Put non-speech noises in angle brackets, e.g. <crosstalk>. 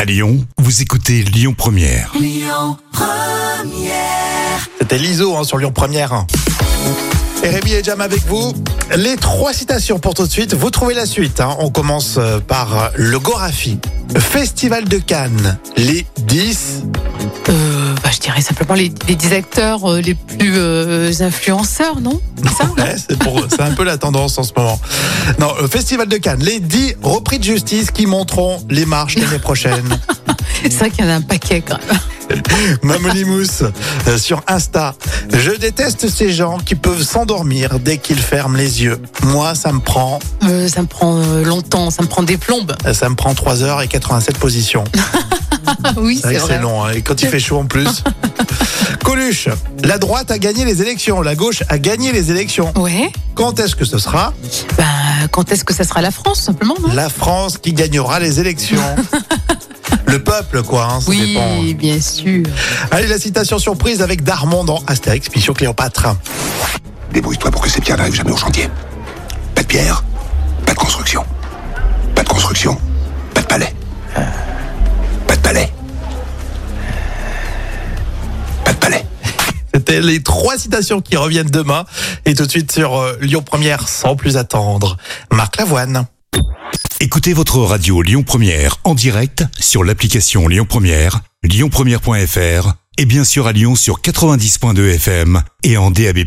À Lyon, vous écoutez Lyon Première. C'était l'ISO hein, sur Lyon Première. Et Rémi et Jam avec vous. Les trois citations pour tout de suite. Vous trouvez la suite. hein. On commence euh, par le Gorafi. Festival de Cannes. Les 10. Euh, bah, je dirais simplement les, les 10 acteurs euh, les plus euh, influenceurs, non Mm. Ça, non Ouais, c'est pour- c'est un peu la tendance en ce moment. Non, euh, Festival de Cannes. Les 10 repris de justice qui monteront les marches l'année prochaine. C'est vrai qu'il y en a un paquet quand même. Mamonimous euh, sur Insta. Je déteste ces gens qui peuvent s'endormir dès qu'ils ferment les yeux. Moi, ça me prend Euh, ça me prend euh, longtemps, ça me prend des plombes. Ça me prend 3 heures et 87 positions. Ah oui, C'est vrai que c'est long, hein, et quand il fait chaud en <laughs> plus. Coluche, la droite a gagné les élections, la gauche a gagné les élections. Ouais. Quand est-ce que ce sera Ben, quand est-ce que ça sera la France, simplement non la France qui gagnera les <laughs> élections Le peuple, quoi, hein, ça Oui, dépend. bien sûr. Allez, la citation surprise avec Darmon dans Astérix, Mission Cléopâtre. Débrouille-toi pour que ces pierres n'arrivent jamais au chantier. Pas de pierre, pas de construction. Pas de construction, pas de palais. Pas de palais. Pas de palais. C'était les trois citations qui reviennent demain. Et tout de suite sur euh, Lyon Première, sans plus attendre. Marc Lavoine. Écoutez votre radio Lyon Première en direct sur l'application Lyon Première, lyonpremière.fr et bien sûr à Lyon sur 90.2 FM et en DAB+.